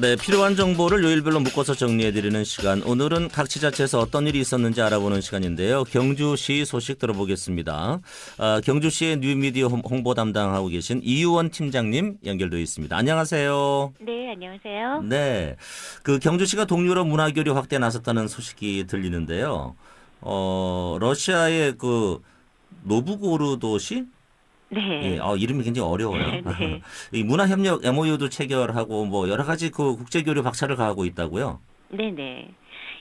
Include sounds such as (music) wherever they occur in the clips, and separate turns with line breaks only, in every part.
네, 필요한 정보를 요일별로 묶어서 정리해드리는 시간. 오늘은 각 지자체에서 어떤 일이 있었는지 알아보는 시간인데요. 경주시 소식 들어보겠습니다. 아, 경주시의 뉴미디어 홍- 홍보 담당하고 계신 이유원 팀장님 연결돼 있습니다. 안녕하세요.
네, 안녕하세요.
네, 그 경주시가 동유럽 문화 교류 확대에 나섰다는 소식이 들리는데요. 어, 러시아의 그 노브고르도 시?
네.
예, 아, 이름이 굉장히 어려워요.
네.
(laughs) 이 문화협력 MOU도 체결하고 뭐 여러 가지 그 국제교류 박차를 가하고 있다고요.
네네.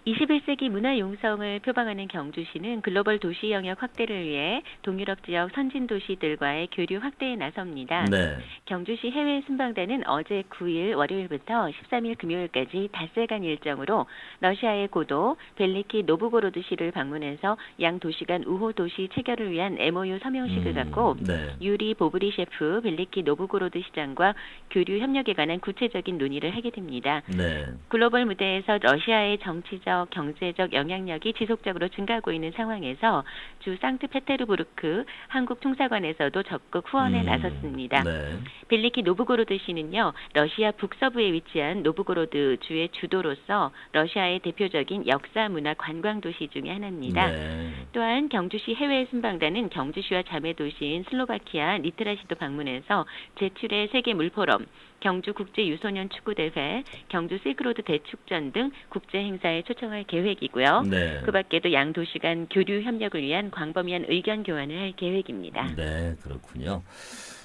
21세기 문화 용성을 표방하는 경주시는 글로벌 도시 영역 확대를 위해 동유럽 지역 선진 도시들과의 교류 확대에 나섭니다.
네.
경주시 해외 순방단은 어제 9일 월요일부터 13일 금요일까지 닷새간 일정으로 러시아의 고도 벨리키 노브고로드시를 방문해서 양 도시 간 우호 도시 체결을 위한 MOU 서명식을
음,
갖고
네.
유리 보브리 셰프 벨리키 노브고로드 시장과 교류 협력에 관한 구체적인 논의를 하게 됩니다.
네.
글로벌 무대에서 러시아의 정치적, 경제적 영향력이 지속적으로 증가하고 있는 상황에서 주 상트페테르부르크 한국 통사관에서도 적극 후원에
음,
나섰습니다.
네.
벨리키 노브고로드 시는요, 러시아 북서부에 위치한 노브고로드 주의 주도로서 러시아의 대표적인 역사 문화 관광 도시 중에 하나입니다.
네.
또한 경주시 해외 순방단은 경주시와 자매 도시인 슬로바키아 니트라시도 방문해서 제7회 세계 물포럼, 경주 국제 유소년 축구 대회, 경주 실크로드 대축전 등 국제 행사에 초청할 계획이고요.
네.
그 밖에도 양 도시 간 교류 협력을 위한 광범위한 의견 교환을 할 계획입니다.
네, 그렇군요.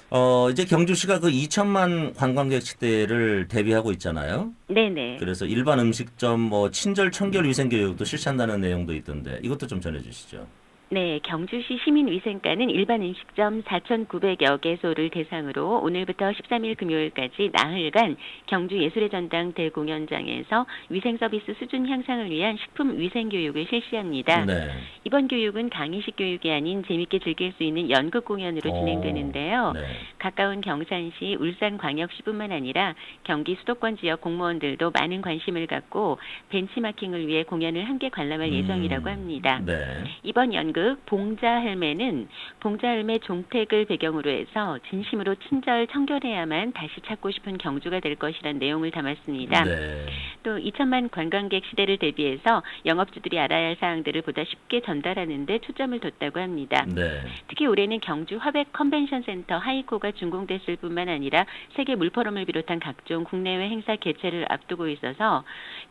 어, 이제 경주시가 그 2천만 관광객 시대를 대비하고 있잖아요.
네네.
그래서 일반 음식점 뭐 친절 청결 위생 교육도 실시한다는 내용도 있던데 이것도 좀 전해 주시죠.
네, 경주시 시민위생과는 일반 음식점 4,900여 개소를 대상으로 오늘부터 13일 금요일까지 나흘간 경주 예술의 전당 대공연장에서 위생 서비스 수준 향상을 위한 식품 위생 교육을 실시합니다.
네.
이번 교육은 강의식 교육이 아닌 재밌게 즐길 수 있는 연극 공연으로 진행되는데요.
어, 네.
가까운 경산시, 울산광역시뿐만 아니라 경기 수도권 지역 공무원들도 많은 관심을 갖고 벤치마킹을 위해 공연을 함께 관람할
음,
예정이라고 합니다.
네.
이번 연극 봉자할매는 봉자할매 종택을 배경으로 해서 진심으로 친절 청결해야만 다시 찾고 싶은 경주가 될 것이란 내용을 담았습니다.
네.
또 2천만 관광객 시대를 대비해서 영업주들이 알아야 할 사항들을 보다 쉽게 전달하는 데 초점을 뒀다고 합니다.
네.
특히 올해는 경주 화백 컨벤션 센터 하이코가 준공됐을 뿐만 아니라 세계 물포럼을 비롯한 각종 국내외 행사 개최를 앞두고 있어서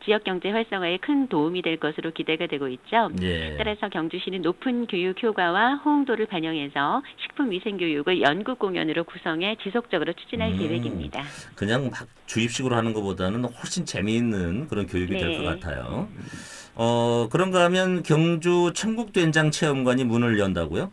지역 경제 활성화에 큰 도움이 될 것으로 기대가 되고 있죠.
예.
따라서 경주시는 높은 교육 효과와 호응도를 반영해서 식품 위생 교육을 연구 공연으로 구성해 지속적으로 추진할
음.
계획입니다.
그냥 막 주입식으로 하는 것보다는 훨씬 재미있는 그런 교육이 될 것
네.
같아요. 어, 그런가 하면 경주 청국된장 체험관이 문을 연다고요?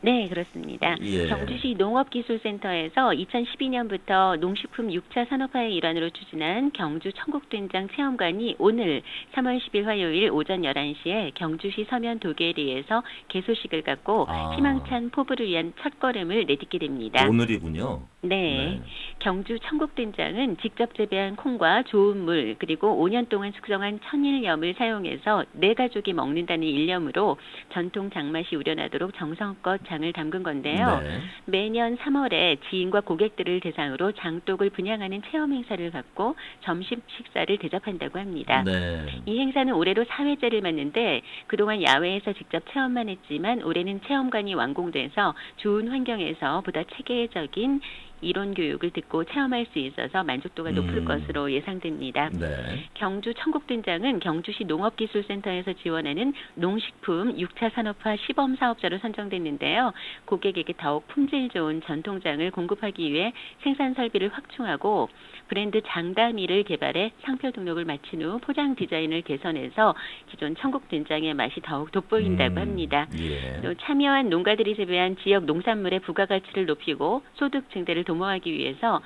네, 그렇습니다.
예.
경주시 농업기술센터에서 2012년부터 농식품 6차 산업화의 일환으로 추진한 경주 청국된장 체험관이 오늘 3월 10일 화요일 오전 11시에 경주시 서면 도계리에서 개소식을 갖고
아.
희망찬 포부를 위한 첫걸음을 내딛게 됩니다.
오늘이군요.
네. 경주 청국된장은 직접 재배한 콩과 좋은 물 그리고 5년 동안 숙성한 천일염을 사용해서 내 가족이 먹는다는 일념으로 전통 장맛이 우려나도록 정성껏 장을 담근 건데요.
네.
매년 3월에 지인과 고객들을 대상으로 장독을 분양하는 체험 행사를 갖고 점심 식사를 대접한다고 합니다.
네.
이 행사는 올해로 4회째를 맞는데 그동안 야외에서 직접 체험만 했지만 올해는 체험관이 완공돼서 좋은 환경에서 보다 체계적인 이론 교육을 듣고 체험할 수 있어서 만족도가 높을
음.
것으로 예상됩니다.
네.
경주 청국된장은 경주시 농업기술센터에서 지원하는 농식품 6차 산업화 시범 사업자로 선정됐는데요. 고객에게 더욱 품질 좋은 전통장을 공급하기 위해 생산 설비를 확충하고 브랜드 장다미를 개발해 상표 등록을 마친 후 포장 디자인을 개선해서 기존 청국된장의 맛이 더욱 돋보인다고
음,
합니다.
예.
또 참여한 농가들이 재배한 지역 농산물의 부가가치를 높이고 소득 증대를 도모하기 위해서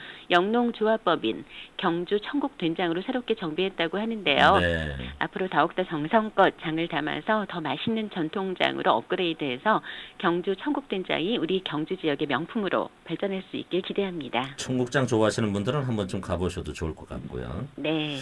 영농조합법인 경주 청국 된장으로 새롭게 정비했다고 하는데요.
네.
앞으로 더욱더 정성껏 장을 담아서 더 맛있는 전통장으로 업그레이드해서 경주 청국 된장이 우리 경주 지역의 명품으로 발전할 수 있길 기대합니다.
청국장 좋아하시는 분들은 한번 좀 가보셔도 좋을 것 같고요.
네.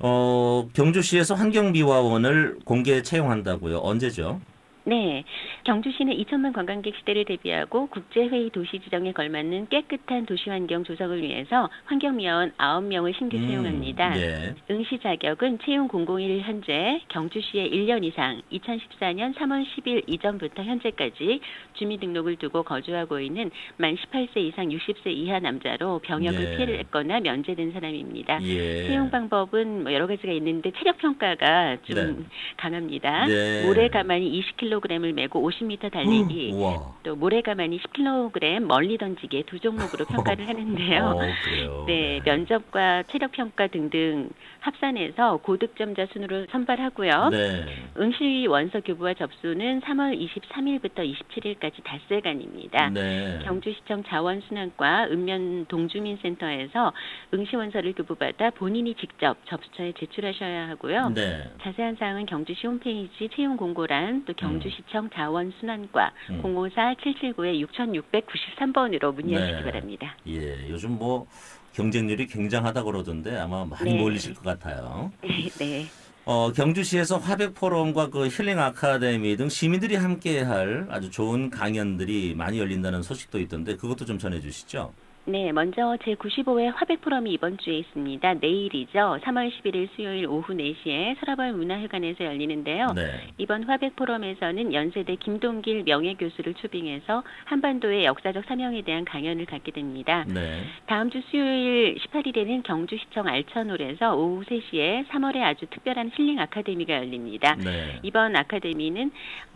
어, 경주시에서 환경미화원을 공개 채용한다고요. 언제죠?
네. 경주시는 2천만 관광객 시대를 대비하고 국제회의 도시 지정에 걸맞는 깨끗한 도시 환경 조성을 위해서 환경미화원 9명을 신규 채용합니다.
음, 예.
응시 자격은 채용 공공일 현재 경주시에 1년 이상 2014년 3월 10일 이전부터 현재까지 주민등록을 두고 거주하고 있는 만 18세 이상 60세 이하 남자로 병역을
네.
피해를 했거나 면제된 사람입니다.
예.
채용 방법은 뭐 여러 가지가 있는데 체력 평가가 좀
네.
강합니다.
네. 음,
모래 가만히 20kg을 메고 50m 달리기,
우와.
또 모래 가만히 10kg 멀리 던지기 두 종목으로 평가를 하는데요.
어, 그래요.
(laughs) 네, 면접과 체력 평가 등등 합산해서 고득점자 순으로 선발하고요.
네.
응시 원서 교부와 접수는 3월 23일부터 27일까지 닷새간입니다.
네.
경주시청 자원순환과 읍면 동주민센터에서 응시 원서를 교부받아 본인이 직접 접수처에 제출하셔야 하고요.
네.
자세한 사항은 경주시 홈페이지 채용 공고란 또
음.
경주시청 자원순환과 054-779-6693번으로 문의하시기
네.
바랍니다. (laughs)
예. 요즘 뭐 경쟁률이 굉장하다 그러던데 아마 많이
네.
몰리실 것 같아요.
네.
어, 경주시에서 화백 포럼과 그 힐링 아카데미 등 시민들이 함께 할 아주 좋은 강연들이 많이 열린다는 소식도 있던데 그것도 좀 전해 주시죠.
네, 먼저 제95회 화백 포럼이 이번 주에 있습니다. 내일이죠. 3월 11일 수요일 오후 4시에 서라벌 문화회관에서 열리는데요.
네.
이번 화백 포럼에서는 연세대 김동길 명예교수를 초빙해서 한반도의 역사적 사명에 대한 강연을 갖게 됩니다.
네.
다음 주 수요일 18일에는 경주시청 알천홀에서 오후 3시에 3월에 아주 특별한 힐링 아카데미가 열립니다.
네.
이번 아카데미는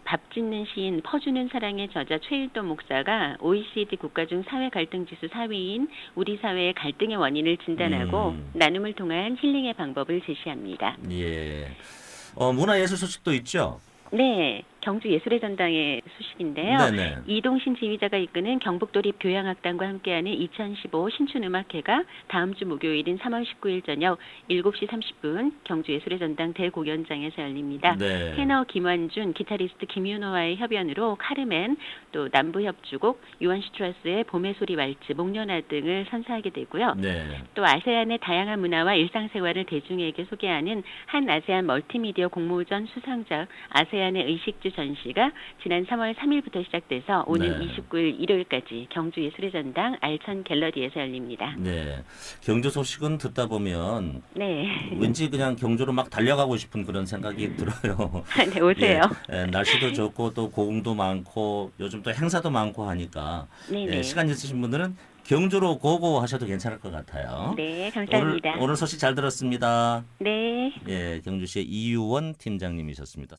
밥 짓는 시인 퍼주는 사랑의 저자 최일도 목사가 OECD 국가 중 사회 갈등 지수 4위인 우리 사회의 갈등의 원인을 진단하고
음.
나눔을 통한 힐링의 방법을 제시합니다.
예. 어, 문화예술 소식도 있죠?
네, 경주 예술의 전당의 소식인데요.
네네.
이동신 지휘자가 이끄는 경북도립 교향악단과 함께하는 2015 신춘음악회가 다음 주 목요일인 3월 19일 저녁 7시 30분 경주 예술의 전당 대공연장에서 열립니다.
네.
테너 김완준, 기타리스트 김윤호와의 협연으로 카르멘, 또 남부협주곡, 요한 슈트라스의 봄의 소리 왈츠, 목련화 등을 선사하게 되고요.
네.
또 아세안의 다양한 문화와 일상생활을 대중에게 소개하는 한 아세안 멀티미디어 공모전 수상작 아세안의 의식주 전시가 지난 3월 3일부터 시작돼서 오는
네.
29일 일요일까지 경주 예술의 전당 알천 갤러리에서 열립니다.
네. 경주 소식은 듣다 보면 (laughs)
네.
왠지 그냥 경주로 막 달려가고 싶은 그런
음.
생각이
(laughs)
들어요.
네, 오세요.
예, 예, 날씨도 좋고 또 고궁도 많고 요즘 또 행사도 많고 하니까
네네.
예, 시간 있으신 분들은 경주로 고고 하셔도 괜찮을 것 같아요.
네, 감사합니다.
오늘, 오늘 소식 잘 들었습니다.
네.
예, 경주시의 이유원 팀장님이셨습니다.